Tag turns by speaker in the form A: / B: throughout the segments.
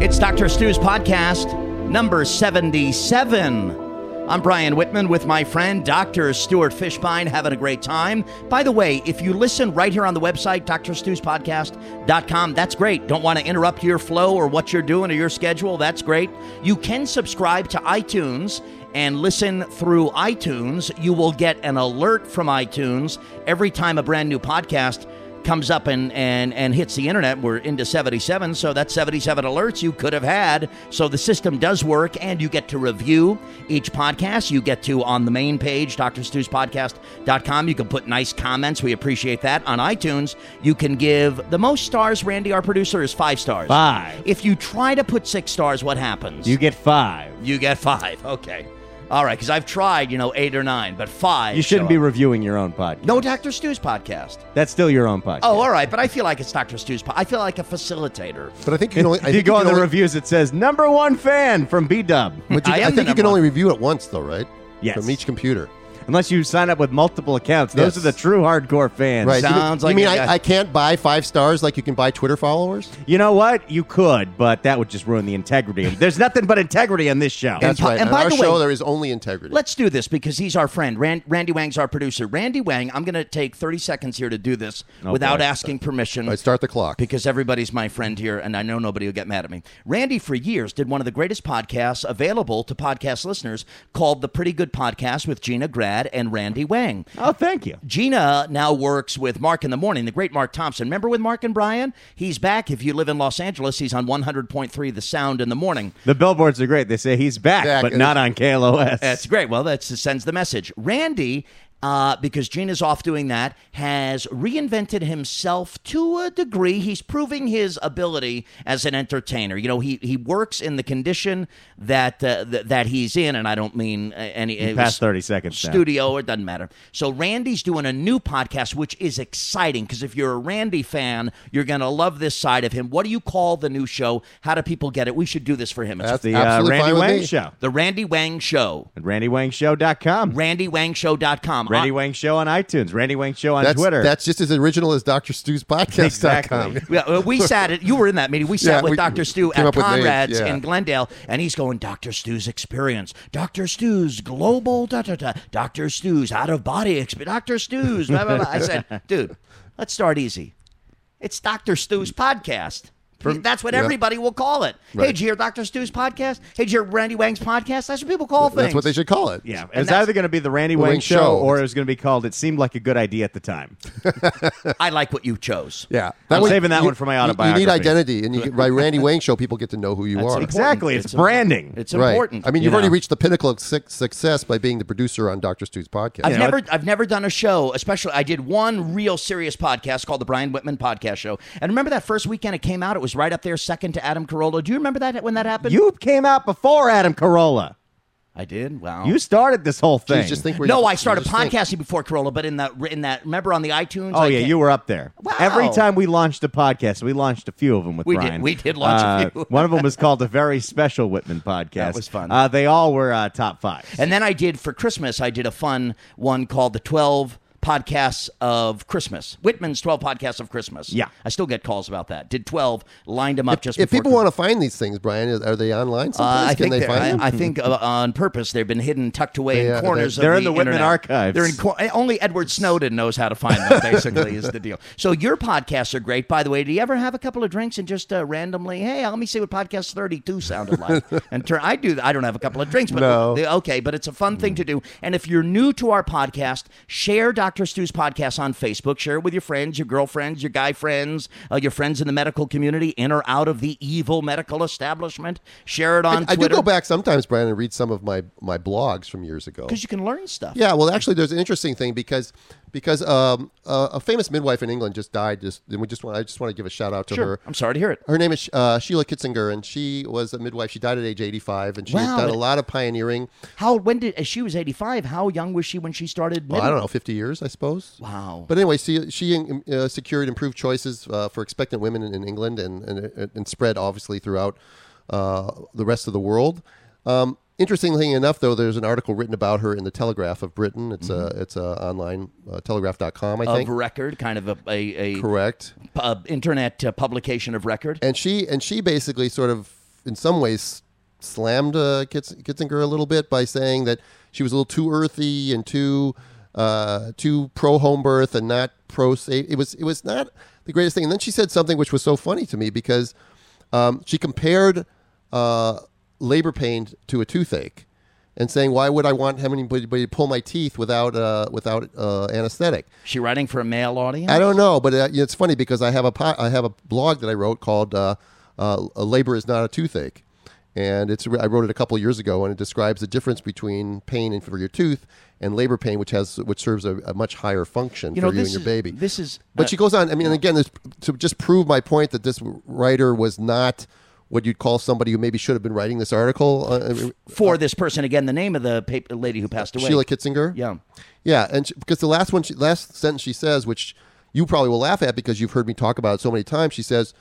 A: It's Dr. Stu's podcast, number 77. I'm Brian Whitman with my friend, Dr. Stuart Fishbein, having a great time. By the way, if you listen right here on the website, drstewspodcast.com, that's great. Don't want to interrupt your flow or what you're doing or your schedule, that's great. You can subscribe to iTunes and listen through iTunes. You will get an alert from iTunes every time a brand new podcast comes up and, and, and hits the internet. We're into 77, so that's 77 alerts you could have had. So the system does work, and you get to review each podcast. You get to, on the main page, drstewspodcast.com, you can put nice comments. We appreciate that. On iTunes, you can give the most stars. Randy, our producer, is five stars.
B: Five.
A: If you try to put six stars, what happens?
B: You get five.
A: You get five. Okay. All right, because I've tried, you know, eight or nine, but five.
B: You shouldn't
A: show
B: be
A: up.
B: reviewing your own podcast.
A: No Dr. Stu's podcast.
B: That's still your own podcast.
A: Oh, all right, but I feel like it's Dr. Stu's. po- I feel like a facilitator.
C: But I think you can only.
B: if
C: I
B: you
C: think
B: go on
C: can
B: the
C: only,
B: reviews, it says number one fan from B Dub.
C: but you-
A: I am
C: I
A: the
C: think you
A: number
C: can
A: one.
C: only review it once, though, right?
B: Yes.
C: From each computer.
B: Unless you sign up with multiple accounts, those
C: Yes.
B: are the true hardcore fans.
C: Right. You mean-
A: sounds like
C: you mean
A: a guy-
C: I, I can't buy five stars like you can buy Twitter followers?
B: You know what? You could, but that would just ruin the integrity. There's nothing but integrity on this show.
A: And
C: That's
A: po-
C: right.
A: and
C: On
A: by
C: our
A: the way-
C: show, there is only integrity.
A: Let's do this because he's our friend. Ran- Randy Wang's our producer. Randy Wang, I'm going to take 30 seconds here to do this
B: Oh,
A: without
B: boy.
A: asking permission.
C: All right, start the clock.
A: because everybody's my friend here, and I know nobody will get mad at me. Randy, for years, did one of the greatest podcasts available to podcast listeners called The Pretty Good Podcast with Gina Grad and Randy Wang.
B: oh, thank you.
A: Gina now works with Mark in the Morning, the great Mark Thompson. Remember with Mark and Brian? He's back. If you live in Los Angeles, he's on 100.3 The Sound in the Morning.
B: The billboards are great. They say he's back,
C: Back,
B: but
C: and
B: not on KLOS.
A: That's great. Well, that sends the message. Randy, uh, because Gina's off doing that, has reinvented himself to a degree. He's proving his ability as an entertainer. You know, he, he works in the condition that uh, th- that he's in, and I don't mean uh, any it was
B: Past 30 seconds now.
A: studio. It doesn't matter. So Randy's doing a new podcast, which is exciting because if you're a Randy fan, you're going to love this side of him. What do you call the new show? How do people get it? We should do this for him. It's
C: That's
B: The uh,
C: absolutely
B: Randy
C: fine with
B: Wang
C: me.
B: Show.
A: the Randy Wang Show.
B: At RandyWangShow.com.
A: RandyWangshow.com.
B: Randy
A: Uh,
B: Wang Show on iTunes. Randy Wang Show on
C: That's,
B: Twitter.
C: that's just as original as drstewspodcast.com.
B: Exactly.
A: yeah, uh, we sat at you were in that meeting. We sat
C: Yeah,
A: with
C: we-
A: Dr. Stu
C: came
A: at
C: up with names,
A: Conrad's
C: yeah.
A: in Glendale, and he's going Dr. Stu's experience, Dr. Stu's global da da da, Dr. Stu's out of body experience, Dr. Stu's. Blah, blah, blah. I said, dude, let's start easy. It's Dr. Stu's podcast. That's what everybody will call it. Hey,
C: Right.
A: did you hear Dr. Stu's podcast? Hey, did you hear Randy Wang's podcast? That's what people call things.
C: That's what they should call it.
B: Yeah, it
A: And
B: was
A: that's-
B: either going to be the Randy Wang,
C: Wang
B: show,
C: Show.
B: or it was going to be called "It Seemed Like a Good Idea at the Time."
A: I like what you chose.
C: Yeah.
B: I'm saving that one for my
C: you- You, need
B: autobiography.
C: identity, and you get, by Randy Wang show, people get to know who you
A: That's
C: are.
A: important.
B: Exactly, it's branding.
A: It's
C: Right.
A: important.
C: I mean,
B: you
C: you've already
B: know.
C: reached the pinnacle of suc- success by being the producer on Dr. Stu's podcast.
A: I've
B: You know,
A: never I've never done a show, especially I did one real serious podcast called the Brian Whitman Podcast Show. And remember that first weekend it came out, it was right up there, second to Adam Carolla. Do you remember that when that happened?
B: you came out before Adam Carolla.
A: I did. Wow.
B: You started this whole thing.
C: Just think where
A: no,
C: you-
A: I started
C: you just think.
A: podcasting before Carolla, but in that in that remember on the iTunes.
B: Oh
A: I
B: yeah,
A: can't-
B: you were up there.
A: Wow.
B: Every time we launched a podcast, we launched a few of them with
A: We did-
B: Brian.
A: we did launch a
B: Uh,
A: few.
B: one of them was called the Very Special Whitman Podcast.
A: That was fun.
B: Uh, they all were uh, top five.
A: And then I did for Christmas, I did a fun one called the 12 Podcasts of Christmas. Whitman's 12 Podcasts of Christmas.
B: Yeah.
A: I still get calls about that. Did 12, lined them up just
C: If
A: before
C: people want to find these things, Brian, is- are they online
A: Uh,
C: someplace?
A: I
C: Can
A: think
C: they
A: they're-
C: find
A: I,
C: them?
A: I think uh, on purpose they've been hidden, tucked away
C: They,
A: in
C: uh,
A: corners.
B: they're- They're
A: of
B: in the Whitman
A: internet.
B: archives.
A: They're in cor- eh, only Edward Snowden knows how to find them. Basically, is the deal. So your podcasts are great. By the way, do you ever have a couple of drinks and just uh, randomly, hey, let me see what podcast thirty two sounded like? and turn. I do. I don't have a couple of drinks, but
C: No.
A: the- okay. But it's a fun thing to do. And if you're new to our podcast, share Doctor Stu's podcast on Facebook. Share it with your friends, your girlfriends, your guy friends, uh, your friends in the medical community, in or out of the evil medical establishment. Share it on
C: I do
A: Twitter.
C: go back sometimes, Brian, and read some of my, my blogs from years ago.
A: because you can learn stuff.
C: Yeah, well, actually, there's an interesting thing because because um, uh, a famous midwife in England just died. Just and we just want I just want to give a shout out to
A: sure.
C: her.
A: I'm sorry to hear it.
C: Her name is uh, Sheila Kitzinger, and she was a midwife. She died at age 85, and she
A: Wow.
C: has done a lot of pioneering.
A: How when did she was 85? How young was she when she started?
C: Well, Oh, I don't know, 50 years, I suppose.
A: Wow.
C: But anyway, she, she um, uh, secured improved choices uh, for expectant women in, in England and, and, and spread, obviously, throughout uh, the rest of the world. Um, interestingly enough, though, there's an article written about her in the Telegraph of Britain. It's, a, it's a online, uh, telegraph.com, I
A: Of
C: think.
A: record, kind of a, a, a
C: Correct.
A: uh, internet uh, publication of record.
C: and she and she basically sort of in some ways slammed uh, Kitz- Kitzinger a little bit by saying that she was a little too earthy and too uh, too pro home birth and not pro safe. It was it was not the greatest thing. And then she said something which was so funny to me because um, she compared uh, labor pain to a toothache and saying why would I want having anybody to pull my teeth without uh, without uh, anesthetic.
A: She writing for a male audience?
C: I don't know, but uh, it's funny because I have a po- I have a blog that I wrote called uh, uh, "Labor is Not a Toothache," and it's I wrote it a couple of years ago, and it describes the difference between pain and for your tooth and labor pain, which has which serves a, a much higher function
A: You
C: for
A: know,
C: you and
A: this
C: your
A: is-
C: baby.
A: this is-
C: but
A: uh,
C: she goes on. I mean, and again, this, to just prove my point that this writer was not what you'd call somebody who maybe should have been writing this article. Uh,
A: For this person, again, the name of the paper, lady who passed away.
C: Sheila Kitzinger.
A: Yeah.
C: yeah, and she, because the last one, she, last sentence she says, which you probably will laugh at because you've heard me talk about it so many times. She says,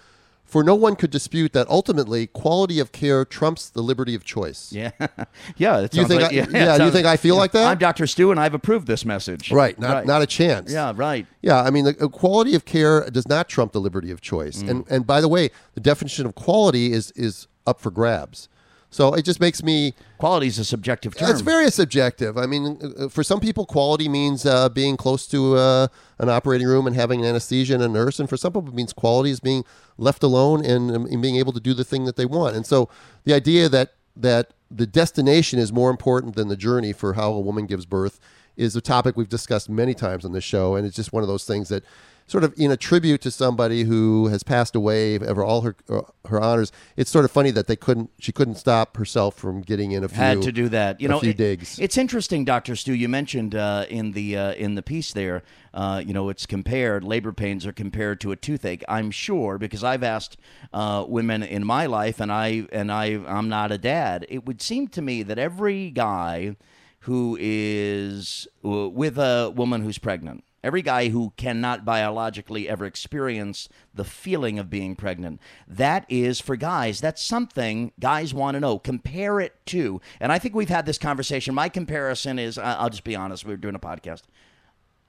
C: "For no one could dispute that ultimately quality of care trumps the liberty of choice."
A: Yeah. yeah. It
C: You
A: sounds
C: think
A: like-
C: I-
A: yeah, it
C: yeah, you
A: sounds-
C: think I feel like that?
A: I'm Dr. Stu, and I've approved this message.
C: Right. Not not a chance.
A: Yeah, right.
C: Yeah, I mean, the uh, quality of care does not trump the liberty of choice.
A: Mm.
C: And and by the way, the definition of quality is is up for grabs. So it just makes me
A: Quality is a subjective term.
C: It's very subjective. I mean, uh, for some people, quality means uh, being close to uh, an operating room and having an anesthesia and a nurse, and for some people, it means quality is being left alone and, um, and being able to do the thing that they want. And so, the idea that that the destination is more important than the journey for how a woman gives birth is a topic we've discussed many times on this show, and it's just one of those things that sort of in a tribute to somebody who has passed away ever all her uh, her honors it's sort of funny that they couldn't she couldn't stop herself from getting in a few
A: had to do that. You
C: a
A: know,
C: few
A: it-
C: digs.
A: It's interesting, Doctor Stu. You mentioned uh, in the uh, in the piece there, uh, you know, it's compared. Labor pains are compared to a toothache. I'm sure because I've asked uh, women in my life, and I and I I'm not a dad. It would seem to me that every guy who is uh, with a woman who's pregnant. Every guy who cannot biologically ever experience the feeling of being pregnant. That is for guys. That's something guys want to know. Compare it to, and I think we've had this conversation. My comparison is I- I'll just be honest, we were doing a podcast.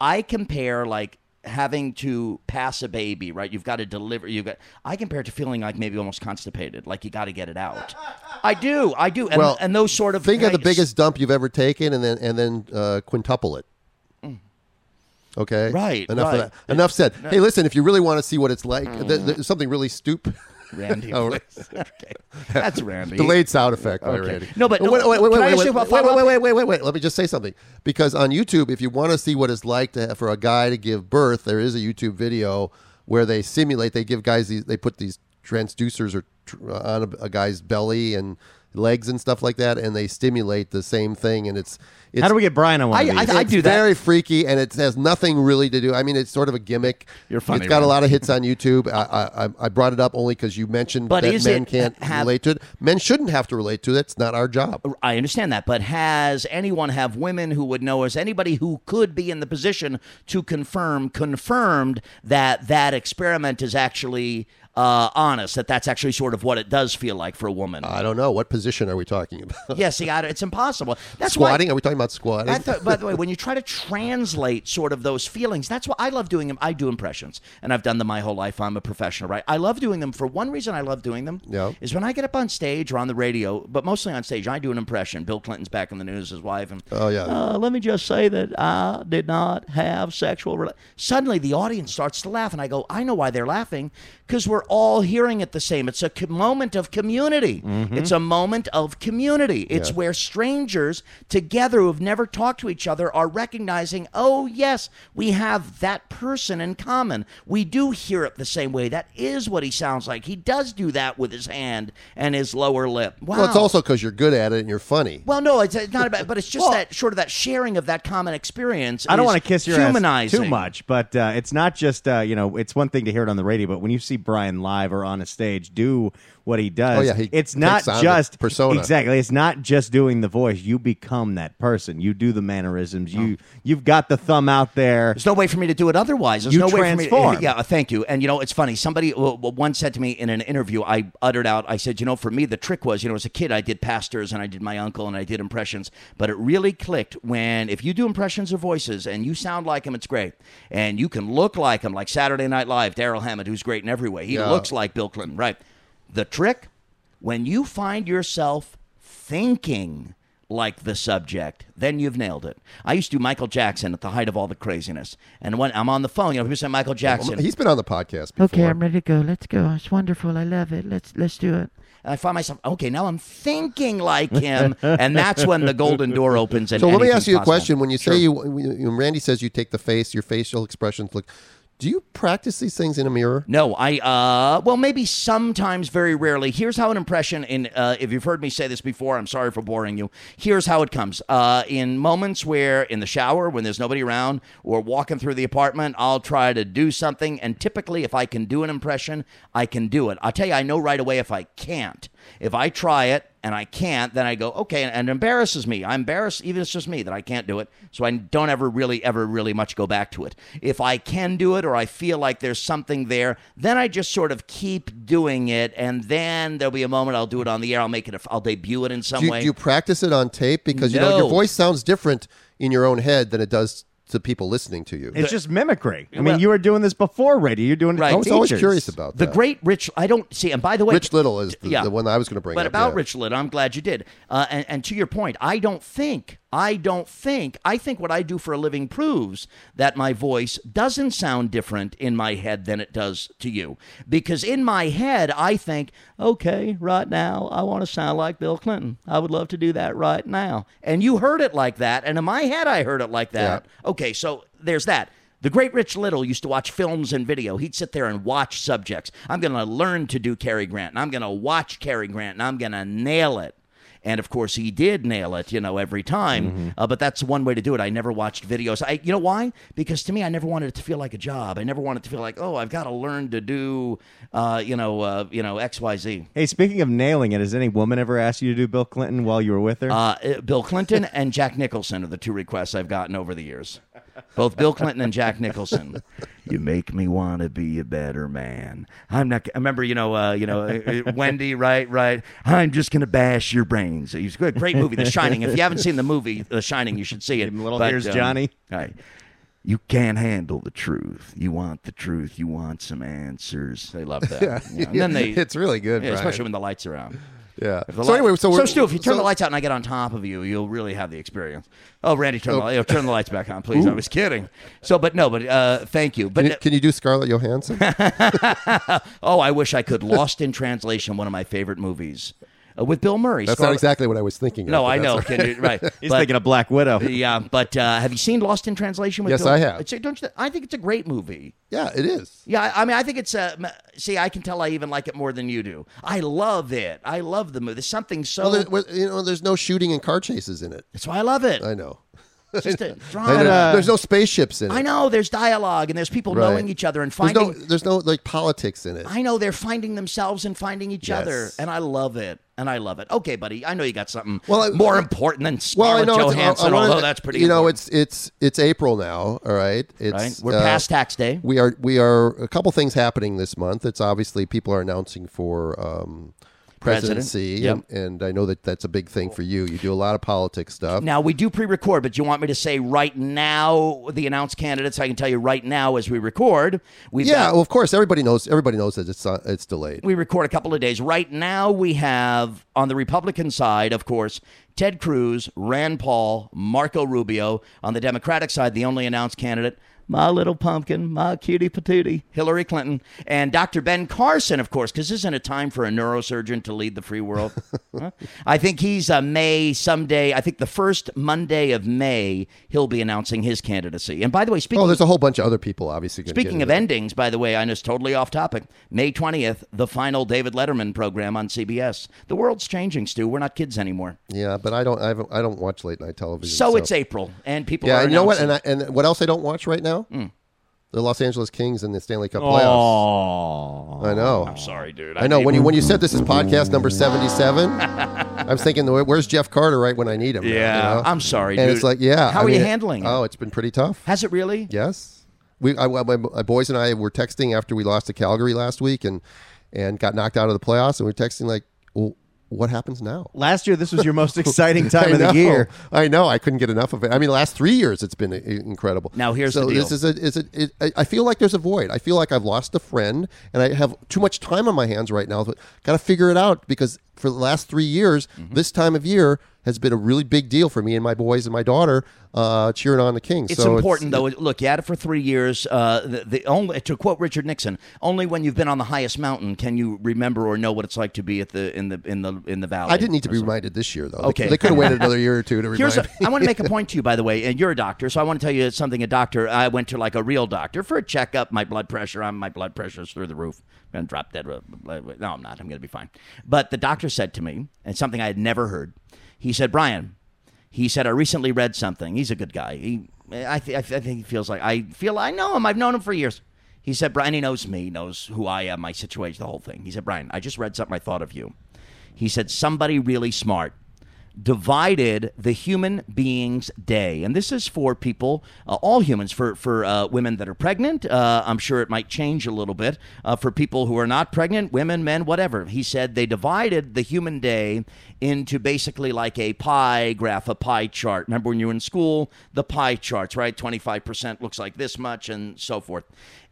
A: I compare like having to pass a baby, right? You've got to deliver. You got. I compare it to feeling like maybe almost constipated, like you got to get it out. I do, I do, and,
C: Well,
A: and those sort of
C: Think of the
A: things.
C: biggest dump you've ever taken, and then and then uh, quintuple it. Okay.
A: Right,
C: Enough. Of
A: right. Mm.
C: that. Enough said. Hey, listen. If you really want to see what it's like, th- there's something really stupid.
A: Randy.
C: Oh,
A: okay, that's Randy.
C: Delayed sound effect by
A: Okay.
C: Randy.
A: No, but-
C: wait, wait, wait,
A: can I
C: wait,
A: just
C: wait,
A: do a
C: wait,
A: follow-up?
C: wait, wait, wait, wait, wait. Let me just say something because on YouTube, if you want to see what it's like to for a guy to give birth, there is a YouTube video where they simulate. They give guys these. They put these transducers or tr- uh, on a, a guy's belly and legs and stuff like that, and they stimulate the same thing. And it's it's
B: How do we get Brian on one of
A: I-
B: these?
A: I-
C: it's
A: do that.
C: Very freaky, and it has nothing really to do. I mean, it's sort of a gimmick.
A: You're funny,
C: It's got a
A: Ron.
C: lot of hits on YouTube. I I, I brought it up only because you mentioned
A: But
C: that
A: is
C: men
A: it
C: can't
A: have-
C: relate to it. Men shouldn't have to relate to it. It's not our job.
A: I understand that, but has anyone have women who would know as anybody who could be in the position to confirm confirmed that that experiment is actually uh, honest, that that's actually sort of what it does feel like for a woman?
C: I don't know what position are we talking about.
A: yes, yeah, it's impossible. That's why.
C: squatting? Are we talking about squatting?
A: I thought, by the way, when you try to translate sort of those feelings, that's why I love doing them. I do impressions, and I've done them my whole life. I'm a professional, right? I love doing them for one reason. I love doing them.
C: Yeah.
A: Is when I get up on stage or on the radio, but mostly on stage, I do an impression. Bill Clinton's back in the news, his wife, and
C: Oh, yeah.
A: Uh, let me just say that I did not have sexual. Rela-. Suddenly, the audience starts to laugh, and I go, I know why they're laughing, because we're all hearing it the same. It's a co- moment of community.
C: Mm-hmm.
A: It's a moment of community. It's where strangers together who have never talked to each other are recognizing, oh, yes, we have that person in common. We do hear it the same way. That is what he sounds like. He does do that with his hand and his lower lip. Wow.
C: well, it's also because you're good at it and you're funny.
A: Well, no, it's, it's not about, but it's just that sort of that sharing of that common experience.
B: I don't
A: is
B: want to kiss your ass
A: humanizing.
B: too much, but uh, it's not just uh, you know. It's one thing to hear it on the radio, but when you see Brian live or on a stage do what he does,
C: Oh, yeah, he
B: it's not
C: takes on the
B: just
C: persona.
B: Exactly, it's not just doing the voice. You become that person. You do the mannerisms. You
A: Oh.
B: you've got the thumb out there.
A: There's no way for me to do it otherwise. There's
B: You
A: no way for me.
B: transform.
A: Yeah, thank you. And you know, it's funny. Somebody w- w- once said to me in an interview, I uttered out, I said, you know, for me, the trick was, you know, as a kid, I did pastors and I did my uncle and I did impressions, but it really clicked when if you do impressions or voices and you sound like him, it's great, and you can look like him, like Saturday Night Live, Daryl Hammond, who's great in every way. He
C: Yeah.
A: looks like Bill Clinton, right? The trick. When you find yourself thinking like the subject, then you've nailed it. I used to do Michael Jackson at the height of all the craziness. And when I'm on the phone, you know, people say Michael Jackson.
C: Um, He's been on the podcast before.
D: Okay, I'm ready to go. Let's go. It's wonderful. I love it. Let's let's do it.
A: And I find myself, okay, now I'm thinking like him. and that's when the golden door opens. And
C: So let me ask
A: anything's
C: you a
A: possible.
C: question. When you say you, when Randy says you take the face, your facial expressions look. Do you practice these things in a mirror?
A: No, I uh well maybe sometimes very rarely. Here's how an impression in uh if you've heard me say this before, I'm sorry for boring you. Here's how it comes. Uh in moments where in the shower when there's nobody around or walking through the apartment, I'll try to do something and typically if I can do an impression, I can do it. I'll tell you I know right away if I can't. If I try it and I can't, then I go, okay, and it embarrasses me. I'm embarrassed, even if it's just me, that I can't do it. So I don't ever really, ever really much go back to it. If I can do it or I feel like there's something there, then I just sort of keep doing it. And then there'll be a moment I'll do it on the air. I'll make it, a, I'll debut it in some
C: Do you,
A: way.
C: do you practice it on tape? Because you know your
A: No.
C: voice sounds different in your own head than it does to people listening to you.
B: It's just mimicry. I
A: Well-
B: mean, you were doing this before radio. You're doing it. to
A: Right.
C: I was always
B: teachers.
C: curious about
A: the
C: that.
A: great Rich, I don't see, and by the way,
C: Rich Little is the,
A: Yeah.
C: the one I was going to bring
A: But
C: up.
A: about
C: yeah.
A: Rich Little, I'm glad you did. Uh, and, and to your point, I don't think, I don't think, I think what I do for a living proves that my voice doesn't sound different in my head than it does to you. Because in my head, I think, okay, right now, I want to sound like Bill Clinton. I would love to do that right now. And you heard it like that. And in my head, I heard it like that. Okay, so there's that. The great Rich Little used to watch films and video. He'd sit there and watch subjects. I'm going to learn to do Cary Grant, and I'm going to watch Cary Grant, and I'm going to nail it. And of course, he did nail it, you know, every time. Uh, but that's one way to do it. I never watched videos. I, you know why? Because to me, I never wanted it to feel like a job. I never wanted it to feel like, oh, I've got to learn to do, uh, you know, uh, you know, X, Y, Z.
B: Hey, speaking of nailing it, has any woman ever asked you to do Bill Clinton while you were with her?
A: Uh, uh, Bill Clinton and Jack Nicholson are the two requests I've gotten over the years. Both Bill Clinton and Jack Nicholson. You make me want to be a better man. I'm not. I remember, you know, uh, you know, uh, uh, Wendy. Right, right. I'm just gonna bash your brains. He's good. Great movie, The Shining. If you haven't seen the movie The Shining, you should see it. um,
B: him a little Here's Johnny.
A: Right. You can't handle the truth. You want the truth. You want some answers. They love that. You know, and then they,
C: it's really good,
A: yeah,
C: Brian.
A: especially when the lights are out.
C: yeah.
A: The
C: So
A: light-
C: anyway, so, we're,
A: Stu, if you turn
C: so-
A: the lights out and I get on top of you, you'll really have the experience. Oh, Randy, turn the the turn the lights back on, please. I was kidding. So, but no, but uh, thank you. But
C: can you, can you do Scarlett Johansson?
A: oh, I wish I could. Lost in Translation, one of my favorite movies, uh, with Bill Murray.
C: That's not
A: Scarlett-
C: exactly what I was thinking. of,
A: No,
C: but
A: I
C: that's
A: know.
C: all right.
A: Can you, right.
B: He's
A: But-
B: thinking of Black Widow.
A: yeah, but uh, have you seen Lost in Translation? With
C: Yes,
A: Bill-
C: I have.
A: It's, don't you, I think it's a great movie.
C: Yeah, it is.
A: Yeah, I- I mean, I think it's a. See, I can tell I even like it more than you do. I love it. I love the movie. There's something so.
C: Well, there, well, you know, there's no shooting and car chases in it.
A: that's why I love it.
C: I know.
A: It's just a drama.
C: And there- there's no spaceships in it.
A: uh, I know there's dialogue and there's people
C: Right.
A: knowing each other and
C: There's
A: finding.
C: no, there's no like politics in it.
A: I know they're finding themselves and finding each
C: Yes.
A: other, and I love it. And I love it. Okay, buddy, I know you got something
C: Well, I-
A: more important than Scarlett
C: it's-
A: Johansson.
C: wanted-
A: although that's pretty.
C: You know,
A: important,
C: it's it's it's April now. All right, it's
A: right? we're
C: uh,
A: past tax day.
C: We are we are a couple things happening this month. It's obviously people are announcing for um,
A: President,
C: presidency,
A: yep.
C: and, and I know that that's a big thing for you. You do a lot of politics stuff.
A: Now we do pre-record, but you want me to say right now the announced candidates? I can tell you right now as we record. We've
C: yeah,
A: got-
C: well, of course, everybody knows. Everybody knows that it's uh, it's delayed.
A: we record a couple of days. Right now, we have on the Republican side, of course, Ted Cruz, Rand Paul, Marco Rubio. On the Democratic side, the only announced candidate, my little pumpkin, my cutie patootie, Hillary Clinton, and Dr. Ben Carson, of course, because isn't it time for a neurosurgeon to lead the free world? Huh? I think he's uh, May someday. I think the first Monday of May, he'll be announcing his candidacy. And by the way, speaking
C: Oh, there's a whole bunch of other people obviously. gonna
A: Speaking
C: get
A: of
C: into
A: endings, by the way, I know it's totally off topic. May 20th, the final David Letterman program on CBS. The world's changing, Stu. We're not kids anymore.
C: it. yeah, but I don't I, haven't, I don't watch late night television.
A: So, it's April, and people
C: yeah.
A: are
C: and You know what?
A: announcing- Hmm.
C: And I, and what else I don't watch right now? The Los Angeles Kings and the Stanley Cup playoffs.
B: Oh.
C: I know.
A: Sorry, dude.
C: I know when you when you said this is podcast number seventy seven, I was thinking, where's Jeff Carter right when I need him? now, you know?
A: I'm sorry,
C: and
A: dude.
C: it's like, yeah.
A: How
C: I
A: are you
C: mean, it-
A: handling it?
C: Oh, it's been pretty tough.
A: Has it really?
C: Yes, we I, my, my boys and I were texting after we lost to Calgary last week and and got knocked out of the playoffs, and we were texting like, well, what happens now?
B: Last year, this was your most exciting time
C: I
B: of
C: know.
B: the year.
C: I know. I couldn't get enough of it. I mean, the last three years it's been i- incredible.
A: Now, here's
C: so
A: the
C: this
A: deal.
C: is a is a, it, I- I feel like there's a void. I feel like I've lost a friend, and I have too much time on my hands right now. But got to figure it out because for the last three years,
A: Mm-hmm.
C: this time of year has been a really big deal for me and my boys and my daughter uh, cheering on the Kings.
A: It's
C: so
A: important, though. Look, you had it for three years. Uh, the, the only, to quote Richard Nixon, only when you've been on the highest mountain can you remember or know what it's like to be at the in the in the in the valley.
C: I didn't need to be reminded this year, though. They-
A: Okay.
C: they, could have waited another year or two to remind
A: Here's a,
C: me.
A: I want to make a point to you, by the way, and you're a doctor, so I want to tell you something. A doctor, I went to like a real doctor for a checkup. My blood pressure, I'm my blood pressure's through the roof. I'm gonna drop dead. No, I'm not. I'm gonna be fine. But the doctor said to me, and something I had never heard. He said, Brian, he said, I recently read something. He's a good guy. He, I, th- I, th- I think he feels like I feel I know him. I've known him for years. He said, Brian, he knows me, knows who I am, my situation, the whole thing. He said, Brian, I just read something. I thought of you. He said, somebody really smart divided the human beings day and this is for people uh, all humans for for uh, women that are pregnant uh, i'm sure it might change a little bit uh, for people who are not pregnant women men whatever he said they divided the human day into basically like a pie graph a pie chart remember when you were in school the pie charts right 25% looks like this much and so forth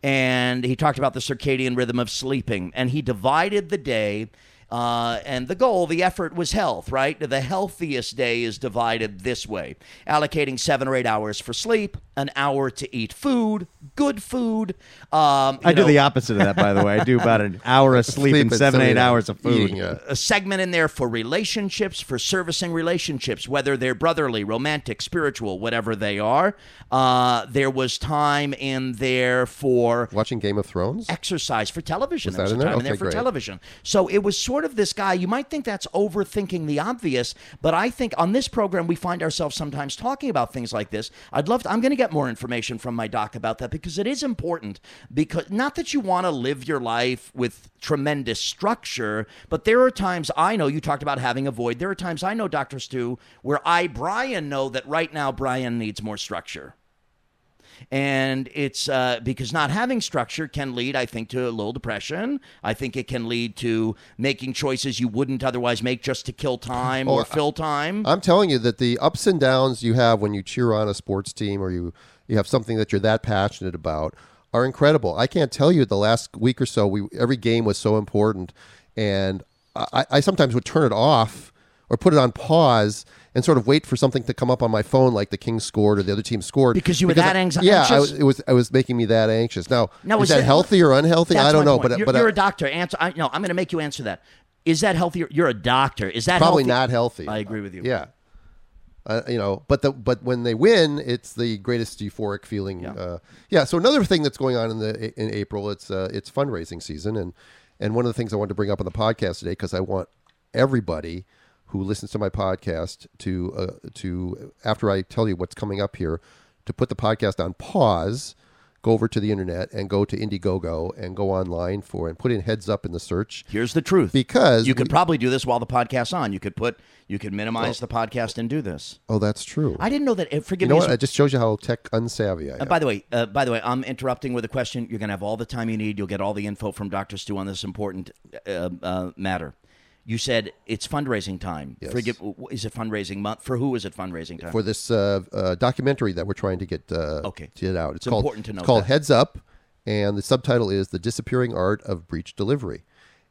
A: and he talked about the circadian rhythm of sleeping and he divided the day uh, and the goal, the effort was health, right? The healthiest day is divided this way allocating seven or eight hours for sleep, an hour to eat food, good food. Um,
B: I
A: you
B: do
A: know,
B: the opposite of that, by the way. I do about an hour of sleep, and seven, eight hours of food.
C: Eating, yeah.
A: a segment in there for relationships, for servicing relationships, whether they're brotherly, romantic, spiritual, whatever they are. Uh, there was time in there for
C: Watching Game of Thrones?
A: exercise for television.
C: Was
A: there was a
C: that in there?
A: time in there
C: Okay,
A: for
C: great.
A: television. So it was sort of this guy. You might think that's overthinking the obvious, but I think on this program we find ourselves sometimes talking about things like this. I'd love. To, I'm going to get more information from my doc about that because it is important. Because not that you want to live your life with tremendous structure, but there are times I know you talked about having a void. There are times I know, Doctor Stu, where I Brian know that right now Brian needs more structure and it's uh, because not having structure can lead, I think, to a little depression. I think it can lead to making choices you wouldn't otherwise make just to kill time
C: Oh,
A: or fill time.
C: I'm telling you that the ups and downs you have when you cheer on a sports team or you you have something that you're that passionate about are incredible. I can't tell you the last week or so we every game was so important, and I, I- I sometimes would turn it off or put it on pause and sort of wait for something to come up on my phone like the Kings scored or the other team scored
A: Because you were that
C: I-
A: anxi-
C: Yeah, I,
A: anxious?
C: was- it was it was making me that anxious. Now,
A: Now,
C: is,
A: is
C: that
A: it-
C: healthy or unhealthy?
A: That's
C: I don't
A: my
C: know,
A: point.
C: but
A: you're,
C: but
A: you're
C: I-
A: a doctor. Answer. I, no, I'm going to make you answer that. Is that healthier? You're a doctor. Is that
C: probably
A: healthy?
C: not healthy.
A: I agree with you.
C: Yeah. Uh, you know, but the but when they win, it's the greatest euphoric feeling. Yeah. Uh, yeah. So another thing that's going on in the in April, it's uh, it's fundraising season, and and one of the things I wanted to bring up on the podcast today because I want everybody who listens to my podcast to uh, to after I tell you what's coming up here to put the podcast on pause, go over to the internet and go to Indiegogo and go online for and put in heads up in the search
A: Here's the truth.
C: because
A: you could probably do this while the podcast's on. You could put. You could minimize the podcast and do this.
C: oh that's true.
A: I didn't know that. eh, Forgive
C: You know
A: me.
C: what?
A: as-
C: It just shows you how tech unsavvy I
A: Uh,
C: am.
A: by the way, uh, by the way, I'm interrupting with a question. You're going to have all the time you need. You'll get all the info from Dr. Stu on this important uh, uh, matter. You said it's fundraising time.
C: Yes.
A: Forgive, w- is it fundraising month? For who is it fundraising time?
C: for this uh, uh, documentary that we're trying to get uh,
A: Okay.
C: to get out. It's,
A: It's
C: called,
A: important to know
C: It's called
A: that.
C: Heads Up, and the subtitle is "The Disappearing Art of Breach Delivery,"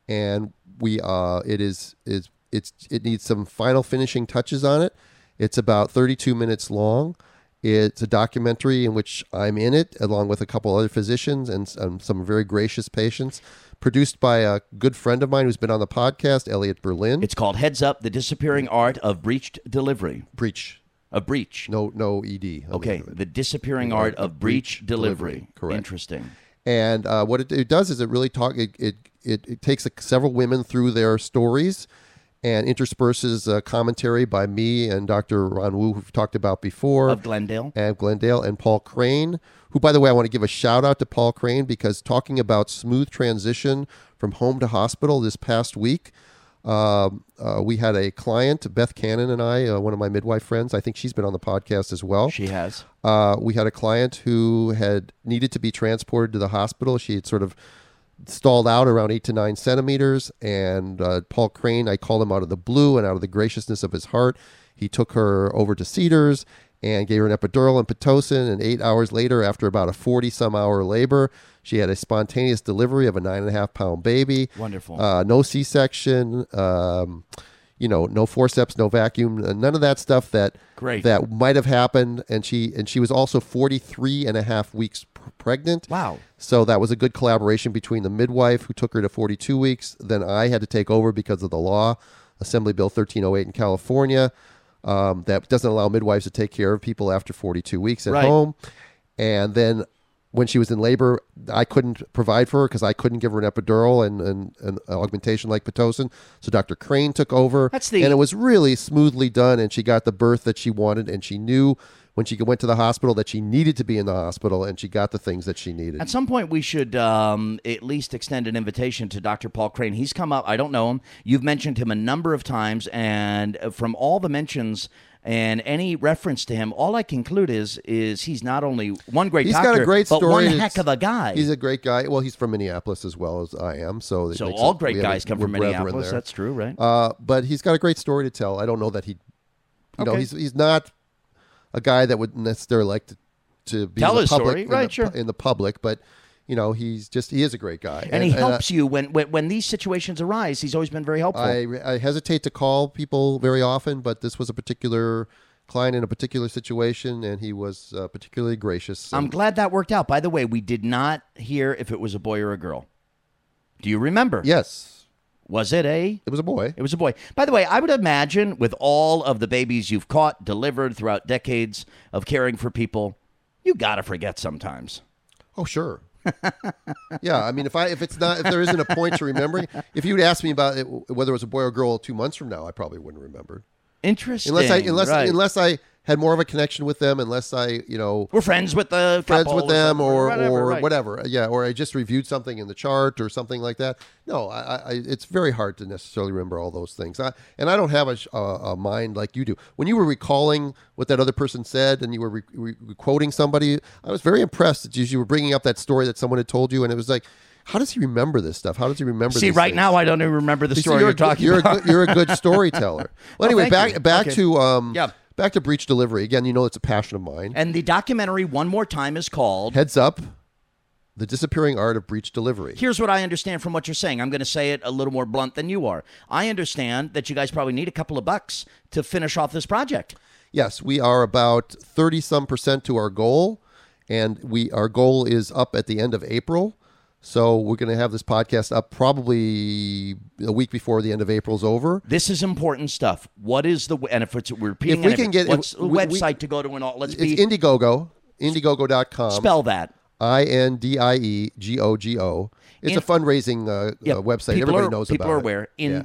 C: and we uh, it is is it's it needs some final finishing touches on it. It's about 32 minutes long. It's a documentary in which I'm in it, along with a couple other physicians and some, some very gracious patients. Produced by a good friend of mine who's been on the podcast, Elliot Berlin.
A: it's called Heads Up: The Disappearing Art of Breached Delivery.
C: Breach.
A: A breach.
C: No, no E ED. on the
A: okay,
C: end of it.
A: the disappearing art of breach, delivery.
C: Correct.
A: Interesting.
C: And uh, what it, it does is it really talk. It it, it, it takes like, several women through their stories, and intersperses uh, commentary by me and Dr. Ron Wu, who've talked about before
A: Of Glendale.
C: and Glendale and Paul Crane, who, by the way, I want to give a shout out to Paul Crane because talking about smooth transition from home to hospital this past week, um, uh, we had a client, Beth Cannon and I, uh, one of my midwife friends. I think she's been on the podcast as well.
A: She has.
C: Uh, we had a client who had needed to be transported to the hospital. She had sort of stalled out around eight to nine centimeters. And uh, Paul Crane, I called him out of the blue and out of the graciousness of his heart. He took her over to Cedars and gave her an epidural and Pitocin. And eight hours later, after about a 40 some hour labor, she had a spontaneous delivery of a nine and a half pound baby.
A: Wonderful.
C: Uh, no C section. Um, you know, no forceps, no vacuum, uh, none of that stuff that
A: Great.
C: that might have happened. And she and she was also 43 and a half weeks pr- pregnant.
A: Wow.
C: So that was a good collaboration between the midwife who took her to 42 weeks. Then I had to take over because of the law, Assembly Bill 1308 in California, um, that doesn't allow midwives to take care of people after 42 weeks at
A: Right.
C: home. And then when she was in labor, I couldn't provide for her because I couldn't give her an epidural and, and, and augmentation like Pitocin. So Dr. Crane took over.
A: That's the-
C: and it was really smoothly done. And she got the birth that she wanted. And she knew when she went to the hospital that she needed to be in the hospital and she got the things that she needed.
A: At some point, we should um, at least extend an invitation to Dr. Paul Crane. He's come up. I don't know him. You've mentioned him a number of times, and uh, from all the mentions and any reference to him, all I conclude is is he's not only one great
C: He's
A: doctor,
C: got a great
A: but
C: story.
A: one
C: It's-
A: heck of a guy.
C: He's a great guy. Well, he's from Minneapolis as well as I am. So it
A: so
C: makes
A: all
C: it-
A: great
C: we have a-
A: guys come
C: we're
A: from
C: brethren
A: Minneapolis.
C: there.
A: That's true, right?
C: Uh, but he's got a great story to tell. I don't know that he, you know,
A: Okay.
C: he's he's not a guy that would necessarily like to, to be
A: Tell
C: in the
A: his
C: public,
A: story.
C: in
A: Right,
C: the,
A: sure.
C: in the public. But you know, he's just he is a great guy,
A: and, he
C: uh,
A: helps you when, when when these situations arise. He's always been very helpful.
C: I, I hesitate to call people very often, but this was a particular client in a particular situation, and he was uh, particularly gracious.
A: I'm
C: and-
A: glad that worked out. By the way, we did not hear if it was a boy or a girl. Do you remember?
C: yes,
A: Was it a
C: it was a boy.
A: It was a boy. By the way, I would imagine with all of the babies you've caught, delivered throughout decades of caring for people, you gotta forget sometimes.
C: Oh sure. yeah, I mean, if I if it's not if there isn't a point to remembering, if you'd asked me about it, whether it was a boy or girl two months from now, I probably wouldn't remember.
A: Interesting.
C: Unless I unless
A: right.
C: unless I had more of a connection with them, unless I you know
A: we're friends with the
C: friends
A: couple
C: with them or
A: something,
C: or
A: right.
C: whatever, yeah, or I just reviewed something in the chart or something like that. No, I, I- I it's very hard to necessarily remember all those things. I, and I don't have a, sh- a, a mind like you do. When you were recalling what that other person said and you were re- re- quoting somebody, I was very impressed that you, you were bringing up that story that someone had told you, and it was like. How does he remember this stuff? How does he remember?
A: See,
C: these
A: right
C: things?
A: now I don't even remember the
C: You see,
A: story
C: you're
A: you're,
C: a good-
A: talking
C: you're
A: about. Oh,
C: A good, you're a good storyteller. Well, anyway,
A: thank
C: back
A: you.
C: back
A: Okay.
C: to um,
A: Yeah.
C: back to breach delivery again. You know, it's a passion of mine.
A: And the documentary one more time is called
C: Heads up, the disappearing art of breach delivery.
A: Here's what I understand from what you're saying. I'm going to say it a little more blunt than you are. I understand that you guys probably need a couple of bucks to finish off this project.
C: Yes, we are about thirty some percent to our goal, and we our goal is up at the end of April. So we're going to have this podcast up probably a week before the end of April's over.
A: This is important stuff. What is the and if it's we're repeating,
C: If we
A: and
C: can get-
A: what's
C: if
A: the
C: we- we-
A: website to go to and all. Let's
C: It's
A: be
C: Indiegogo, Indiegogo.com.
A: spell that.
C: I N D I E G O G O. It's
A: In-
C: a fundraising uh,
A: Yeah,
C: uh, website.
A: People
C: Everybody
A: are,
C: knows
A: people
C: about
A: are
C: it.
A: aware.
C: Yeah.